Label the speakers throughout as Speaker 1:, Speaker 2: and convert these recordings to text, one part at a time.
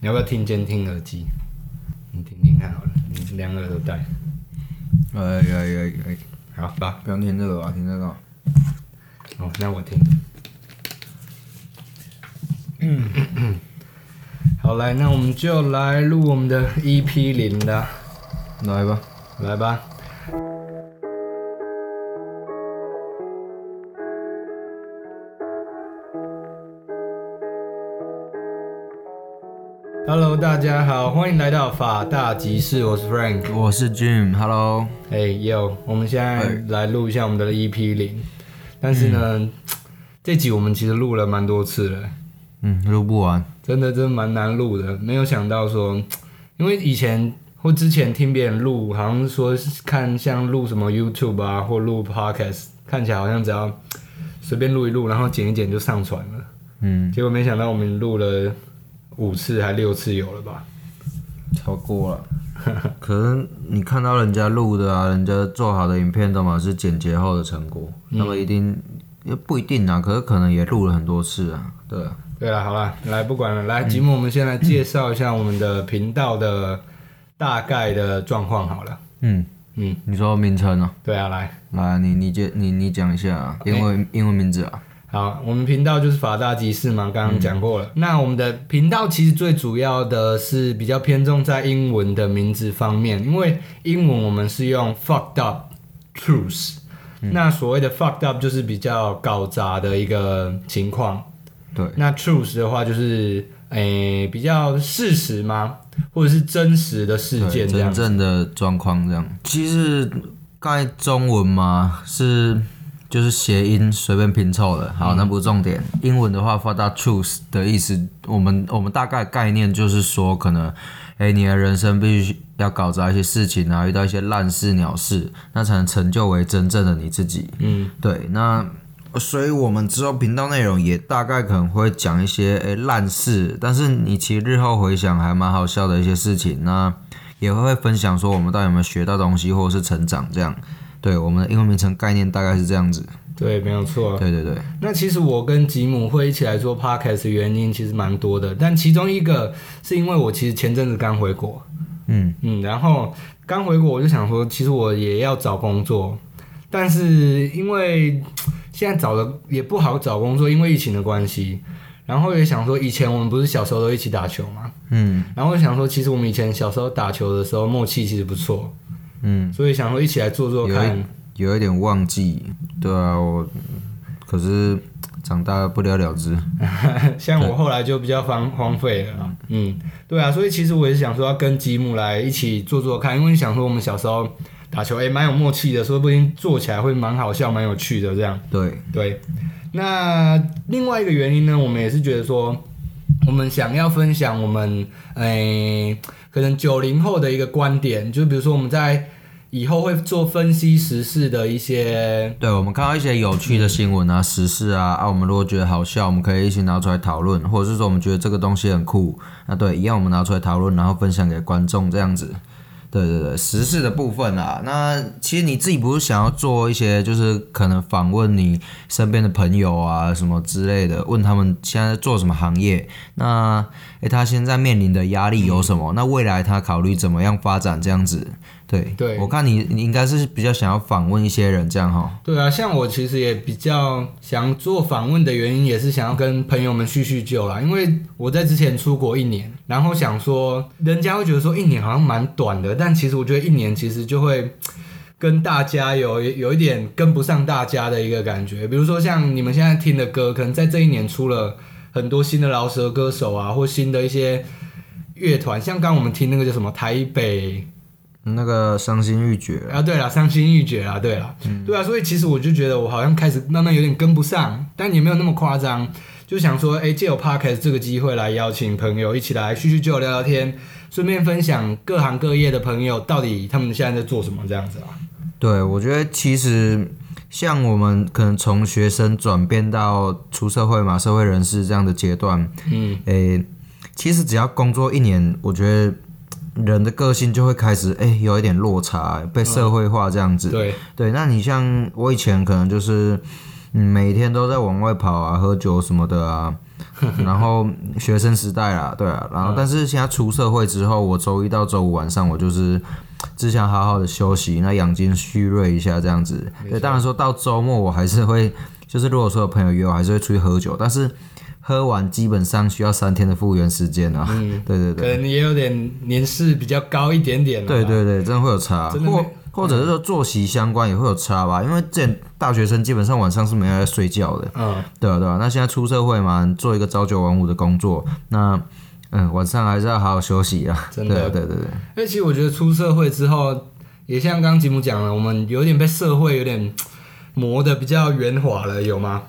Speaker 1: 你要不要听监听耳机？你听听看好了，你两耳都戴。
Speaker 2: 哎哎哎哎，
Speaker 1: 好吧，
Speaker 2: 不要听这个啊，听这个啊。
Speaker 1: 哦，那我听。 好，来，那我们就来录我们的 EP 零啦，
Speaker 2: 来吧，
Speaker 1: 来吧。Hello，大家好，欢迎来到法大集市，我是 Frank。
Speaker 2: 我是 Jim，Hello。
Speaker 1: 哎、有，我们现在
Speaker 2: 哎
Speaker 1: 来录一下我们的 EP 零，但是呢，这集我们其实录了蛮多次了，
Speaker 2: 嗯，录不完。
Speaker 1: 真的真的蛮难录的，没有想到说，因为以前或之前听别人录，好像说是看像录什么 YouTube 啊，或录 Podcast，看起来好像只要随便录一录，然后剪一剪就上传了，
Speaker 2: 嗯，
Speaker 1: 结果没想到我们录了五次还六次有了吧？
Speaker 2: 超过了。 可是你看到人家录的啊，人家做好的影片的嘛是剪辑后的成果，那么一定也不一定啊，可是可能也录了很多次啊，对啊，
Speaker 1: 对了，好了，来不管了，来吉姆，我们先来介绍一下我们的频道的大概的状况好了。
Speaker 2: 嗯
Speaker 1: 嗯，
Speaker 2: 你说名称啊，
Speaker 1: 对啊，来，
Speaker 2: 来你你介你你讲一下、啊、英文英文名字啊，
Speaker 1: 好，我们频道就是法大集市嘛，刚刚讲过了。那我们的频道其实最主要的是比较偏重在英文的名字方面，因为英文我们是用 fucked up truth，、那所谓的 fucked up 就是比较搞砸的一个情况。
Speaker 2: 对，
Speaker 1: 那 truth 的话就是诶、比较事实吗？或者是真实的事
Speaker 2: 对
Speaker 1: 件这样
Speaker 2: 真
Speaker 1: 子？
Speaker 2: 正的状况这样。其实刚才中文嘛是就是谐音随便拼凑的，
Speaker 1: 嗯
Speaker 2: 好，那不是重点。英文的话，发大 truth 的意思，我们我们大概概念就是说，可能哎、你的人生必须要搞砸一些事情啊，遇到一些烂事鸟事，那才能成就为真正的你自己。
Speaker 1: 嗯，
Speaker 2: 对，那。所以，我们之后频道内容也大概可能会讲一些诶烂事，但是你其实日后回想还蛮好笑的一些事情。那也会分享说我们到底有没有学到东西，或者是成长这样。对，我们的英文名称概念大概是这样子。
Speaker 1: 对，没有错。
Speaker 2: 对对对，
Speaker 1: 那其实我跟吉姆会一起来做 podcast 的原因其实蛮多的，但其中一个是因为我其实前阵子刚回国，
Speaker 2: 嗯，
Speaker 1: 嗯，然后刚回国我就想说，其实我也要找工作，但是因为现在找的也不好找工作，因为疫情的关系。然后也想说，以前我们不是小时候都一起打球嘛，
Speaker 2: 嗯
Speaker 1: 然后我想说，其实我们以前小时候打球的时候默契其实不错，
Speaker 2: 嗯，
Speaker 1: 所以想说一起来做做
Speaker 2: 有
Speaker 1: 看。
Speaker 2: 有一点忘记。对啊，我可是长大不了了之。
Speaker 1: 像我后来就比较荒荒废了啦，嗯，对啊，所以其实我也是想说要跟吉姆来一起做做看，因为想说我们小时候打球也蛮、有默契的，说不定做起来会蛮好笑、蛮有趣的这样。
Speaker 2: 对，
Speaker 1: 对，那另外一个原因呢，我们也是觉得说，我们想要分享我们诶、可能九零后的一个观点，就比如说我们在以后会做分析时事的一些，
Speaker 2: 对，我们看到一些有趣的新闻啊、时事啊，啊，我们如果觉得好笑，我们可以一起拿出来讨论，或者是说我们觉得这个东西很酷，那对，一样我们拿出来讨论，然后分享给观众这样子。对对对，时事的部分啊，那其实你自己不是想要做一些，就是可能访问你身边的朋友啊什么之类的，问他们现在在做什么行业，那诶他现在面临的压力有什么？那未来他考虑怎么样发展这样子？对，
Speaker 1: 对
Speaker 2: 我看你你应该是比较想要访问一些人这样哈。
Speaker 1: 对啊，像我其实也比较想做访问的原因，也是想要跟朋友们叙叙旧啦，因为我在之前出国一年，然后想说，人家会觉得说一年好像蛮短的，但其实我觉得一年其实就会。跟大家有有一点跟不上大家的一个感觉。比如说像你们现在听的歌，可能在这一年出了很多新的饶舌歌手啊，或新的一些乐团，像刚刚我们听那个叫什么台北
Speaker 2: 那个伤心欲绝，
Speaker 1: 啊，对了，伤心欲绝啦，对了，
Speaker 2: 嗯
Speaker 1: 对啊，所以其实我就觉得我好像开始慢慢有点跟不上，但也没有那么夸张，就想说，哎，借由 podcast 这个机会来邀请朋友一起来叙叙旧、聊聊天，顺便分享各行各业的朋友到底他们现在在做什么这样子啊。
Speaker 2: 对我觉得其实像我们可能从学生转变到出社会嘛，社会人士这样的阶段，
Speaker 1: 嗯，
Speaker 2: 诶、其实只要工作一年，我觉得人的个性就会开始诶、有一点落差，被社会化这样子。
Speaker 1: 对，
Speaker 2: 对，那你像我以前可能就是，嗯，每天都在往外跑啊，喝酒什么的啊，然后学生时代啦，对啊，然后但是现在出社会之后，我周一到周五晚上我就是只想好好的休息，那养精蓄锐一下这样子。对，当然说到周末我还是会，就是如果说有朋友约我，还是会出去喝酒，但是喝完基本上需要三天的复原时间啊。对对对。
Speaker 1: 可能也有点年事比较高一点点啦
Speaker 2: 对对对，真的会有差，
Speaker 1: 真的嗯
Speaker 2: 或或者是说作息相关也会有差吧，因为这大学生基本上晚上是没有在睡觉的，
Speaker 1: 嗯，
Speaker 2: 对啊对啊。那现在出社会嘛，你做一个朝九晚五的工作，那嗯晚上还是要好好休息啊。
Speaker 1: 真
Speaker 2: 对
Speaker 1: 的
Speaker 2: 啊对对对，
Speaker 1: 因为其实我觉得出社会之后，也像刚刚吉姆讲了，我们有点被社会有点磨得比较圆滑了，有吗？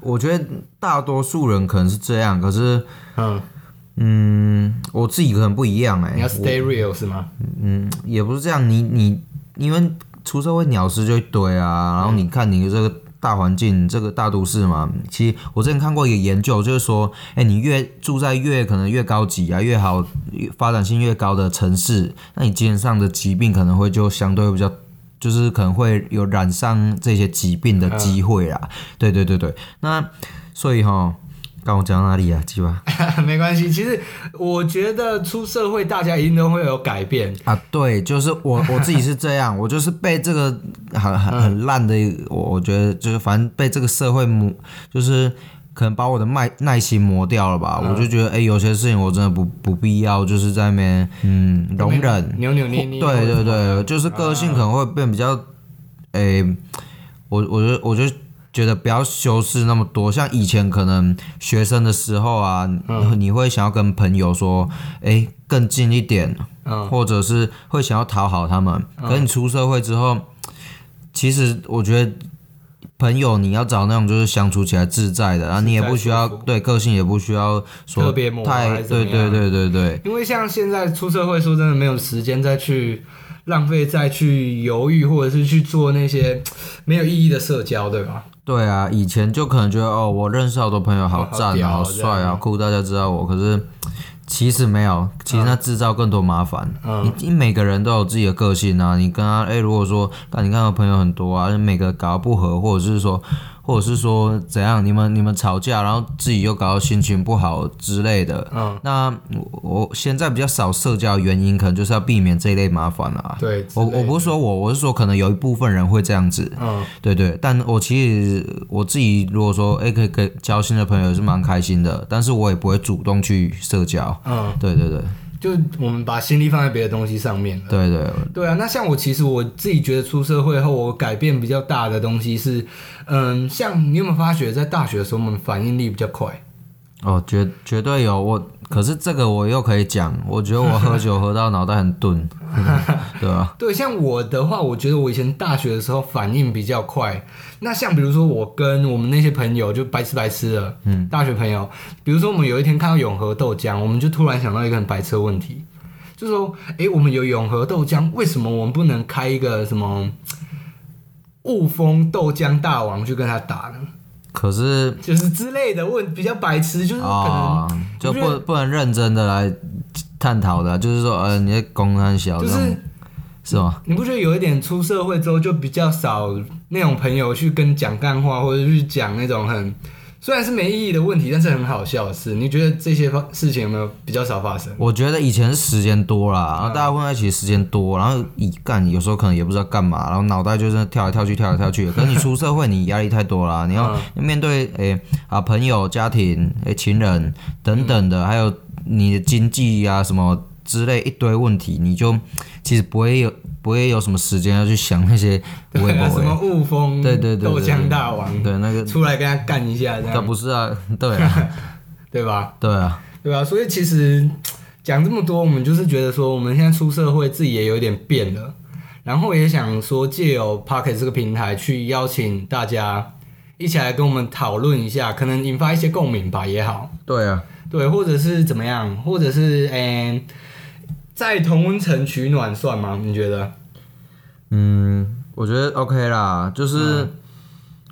Speaker 2: 我觉得大多数人可能是这样，可是
Speaker 1: 嗯，
Speaker 2: 嗯我自己可能不一样哎、
Speaker 1: 你要 stay real 是吗？
Speaker 2: 嗯，也不是这样，你你因为出社会鸟事就一堆啊，然后你看你这个大环境，这个大都市嘛，其实我之前看过一个研究，就是说，哎、你越住在越可能越高级啊，越好越发展性越高的城市，那你基本上的疾病可能会就相对会比较。就是可能会有染上这些疾病的机会啦，对对对对，那所以哈，刚我讲到哪里啊？鸡巴
Speaker 1: 没关系，其实我觉得出社会大家一定都会有改变，
Speaker 2: 啊，对，就是我我自己是这样，我就是被这个很很很烂的，我我觉得就是反正被这个社会磨，就是可能把我的耐耐心磨掉了吧。我就觉得，哎、有些事情我真的不不必要，就是在那边嗯容忍，
Speaker 1: 扭扭捏捏，
Speaker 2: 对对对，就是个
Speaker 1: 啊
Speaker 2: 性可能会变比较，诶、我我就我就觉得不要修饰那么多。像以前可能学生的时候啊，
Speaker 1: 嗯
Speaker 2: 你会想要跟朋友说，诶、更近一点，
Speaker 1: 嗯
Speaker 2: 或者是会想要讨好他们。可你出社会之后，其实我觉得。朋友，你要找那种就是相处起来自在的，然后你也不需要对个性也不需要说
Speaker 1: 特别磨啊还
Speaker 2: 太
Speaker 1: 是怎么
Speaker 2: 对对
Speaker 1: 样
Speaker 2: 对对对，
Speaker 1: 因为像现在出社会，说真的没有时间再去浪费、再去犹豫，或者是去做那些没有意义的社交，对吧？
Speaker 2: 对啊，以前就可能觉得哦，我认识好多朋友，好
Speaker 1: 好
Speaker 2: 赞
Speaker 1: 屌
Speaker 2: 啊，
Speaker 1: 啊
Speaker 2: 好帅啊，酷，大家知道我。可是其实没有，其实那制造更多麻烦。
Speaker 1: 嗯
Speaker 2: 你你每个人都有自己的个性啊，你跟他哎，如果说那你看到朋友很多啊，每个搞到不合，或者是说，或者是说怎样，你们你们吵架，然后自己又搞到心情不好之类的。
Speaker 1: 嗯，
Speaker 2: 那我我现在比较少社交，原因可能就是要避免这一类麻烦啊。
Speaker 1: 对，
Speaker 2: 我我不是说我，我是说可能有一部分人会这样子。
Speaker 1: 嗯，
Speaker 2: 对对，但我其实我自己如果说，哎、可以可以交新的朋友也是蛮开心的，但是我也不会主动去社交。
Speaker 1: 嗯，
Speaker 2: 对对对
Speaker 1: 就我们把心力放在别的东西上面了。
Speaker 2: 对对，
Speaker 1: 对啊，那像我其实我自己觉得出社会后，我改变比较大的东西是，嗯，像你有没有发觉，在大学的时候我们反应力比较快？
Speaker 2: 哦，绝绝对有我，可是这个我又可以讲，我觉得我喝酒喝到脑袋很钝， 对吧、
Speaker 1: 对，像我的话，我觉得我以前大学的时候反应比较快。那像比如说我跟我们那些朋友就白痴白痴的，嗯，大学朋友，比如说我们有一天看到永和豆浆，我们就突然想到一个很白痴的问题，就说，诶，我们有永和豆浆，为什么我们不能开一个什么雾峰豆浆大王去跟他打呢？
Speaker 2: 可是
Speaker 1: 就是之类的问比较白痴，就是可能
Speaker 2: 啊、就
Speaker 1: 我觉
Speaker 2: 不不能认真的来探讨的，就是说，呃，你在公安小
Speaker 1: 就
Speaker 2: 这
Speaker 1: 是
Speaker 2: 种是吗？
Speaker 1: 你不觉得有一点出社会之后就比较少那种朋友去跟讲干话，或者去讲那种很虽然是没意义的问题，但是很好笑的事。你觉得这些发事情有没有比较少发生？
Speaker 2: 我觉得以前是时间多
Speaker 1: 啊
Speaker 2: 啦，然后大家混在一起时间多，然后一干有时候可能也不知道干嘛，然后脑袋就是跳来跳去，跳来跳 去。可是你出社会，你压力太多啦，你要
Speaker 1: 嗯
Speaker 2: 面对诶、啊朋友、家庭、诶、情人等等
Speaker 1: 嗯
Speaker 2: 的，还有你的经济啊什么之类一堆问题，你就其实不会有不会有什么时间要去想那些微
Speaker 1: 对啊，
Speaker 2: 博、
Speaker 1: 什么雾峰
Speaker 2: 对对对对
Speaker 1: 豆浆大王
Speaker 2: 对那个
Speaker 1: 出来跟他干一下，这
Speaker 2: 那
Speaker 1: 样
Speaker 2: 不是啊，对啊，
Speaker 1: 对吧？
Speaker 2: 对啊，
Speaker 1: 对吧？所以其实讲这么多，我们就是觉得说，我们现在出社会，自己也有点变了，然后也想说借由 Pocket 这个平台去邀请大家一起来跟我们讨论一下，可能引发一些共鸣吧也好，
Speaker 2: 对啊，
Speaker 1: 对，或者是怎么样，或者是嗯、在同温层取暖算吗？你觉得？
Speaker 2: 嗯，我觉得 OK 啦，就是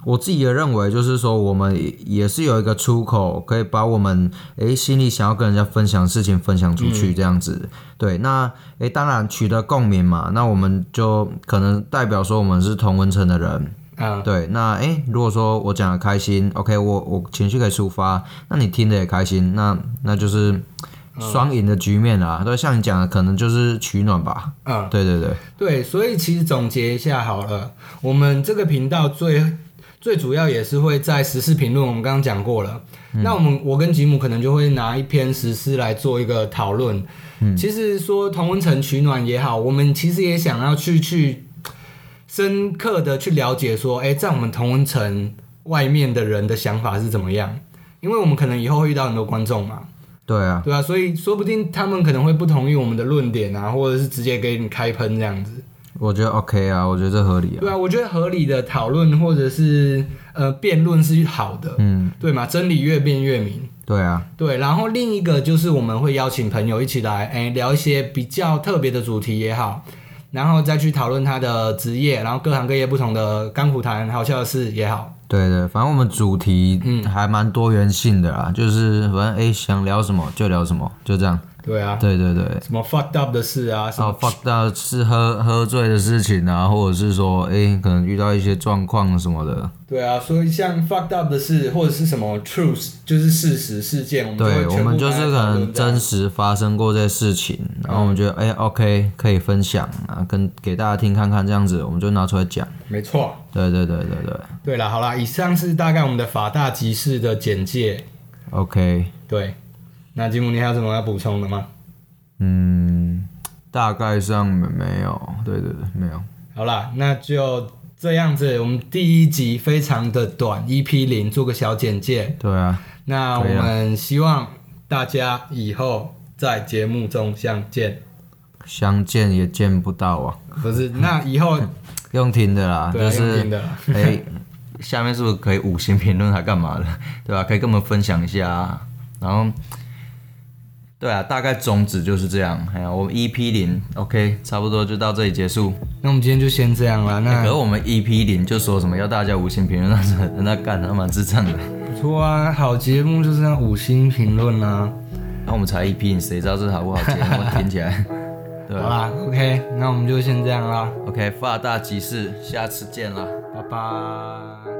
Speaker 2: 我自己也认为，就是说我们也也是有一个出口，可以把我们诶心里想要跟人家分享的事情分享出去，这样子。对，那诶当然取得共鸣嘛，那我们就可能代表说我们是同文层的人。
Speaker 1: 嗯，
Speaker 2: 对，那诶、如果说我讲的开心，OK，我我情绪可以抒发，那你听的也开心，那那就是双赢的局面啊。对，像你讲的，可能就是取暖吧。
Speaker 1: 嗯，
Speaker 2: 对对对，
Speaker 1: 对，所以其实总结一下好了，我们这个频道最最主要也是会在时事评论，我们刚刚讲过了。那我们我跟吉姆可能就会拿一篇时事来做一个讨论。其实说同温层取暖也好，我们其实也想要去去深刻的去了解说，哎、在我们同温层外面的人的想法是怎么样。因为我们可能以后会遇到很多观众嘛，
Speaker 2: 对啊，
Speaker 1: 对啊，所以说不定他们可能会不同意我们的论点啊，或者是直接给你开喷这样子。
Speaker 2: 我觉得 OK 啊，我觉得这合理啊。
Speaker 1: 对啊，我觉得合理的讨论或者是呃辩论是好的，
Speaker 2: 嗯，
Speaker 1: 对嘛？真理越辩越明。
Speaker 2: 对啊，
Speaker 1: 对，然后另一个就是我们会邀请朋友一起来，哎，聊一些比较特别的主题也好，然后再去讨论他的职业，然后各行各业不同的甘苦谈、好笑的事也好。
Speaker 2: 对对，反正我们主题还蛮多元性的啦，就是反正诶想聊什么就聊什么，就这样。
Speaker 1: 对啊，
Speaker 2: 对对对。
Speaker 1: 什么 fucked up 的事啊，什么
Speaker 2: 哦，fuck 到是喝喝醉的事情啊，或者是说，诶，可能遇到一些状况什么的，
Speaker 1: 对啊，所以像 fucked up 的事或者是什么 truth，就是事实事件，我们
Speaker 2: 对，
Speaker 1: 就会
Speaker 2: 我
Speaker 1: 全部
Speaker 2: 们就是
Speaker 1: 拿来
Speaker 2: 可
Speaker 1: 讨论
Speaker 2: 能
Speaker 1: 这样
Speaker 2: 真实发生过这些事情，然后我们觉得哎、o k 可以分享啊，跟给大家听看看这样子，我们就拿出来讲。
Speaker 1: 没错。
Speaker 2: 对对对对对
Speaker 1: 对了，好啦，以上是大概我们的法大集市的简介。
Speaker 2: ，OK，
Speaker 1: 对，那吉姆，你还有什么要补充的吗？
Speaker 2: 嗯，大概上没有，对对对，没有。
Speaker 1: 好啦，那就这样子，我们第一集非常的短，EP 零做个小简介。
Speaker 2: 对啊，
Speaker 1: 那我
Speaker 2: 可以啊
Speaker 1: 们希望大家以后在节目中相见，
Speaker 2: 相见也见不到啊，
Speaker 1: 不是？那以 后
Speaker 2: 用听的啦，
Speaker 1: 对啊
Speaker 2: 就
Speaker 1: 用
Speaker 2: 是
Speaker 1: 听的啦
Speaker 2: 哎、 下面是不是可以五星评论还干嘛的，对吧、可以跟我们分享一下、啊，然后。对啊，大概宗旨就是这样。哎呀，我们 EP 零，OK，差不多就到这里结束。哎
Speaker 1: 那我们今天就先这样啦。
Speaker 2: 可是
Speaker 1: 那
Speaker 2: 我们 EP 零就说什么要大家五星评论，那是很那干他蛮智障的。
Speaker 1: 不错啊，好节目就是要五星评论啊。
Speaker 2: 那我们才 EP 零，谁知道这好不好节目？听起来。 对
Speaker 1: 好啦，OK，那我们就先这样啦，
Speaker 2: ，OK，发大集市，下次见啦。
Speaker 1: 拜拜。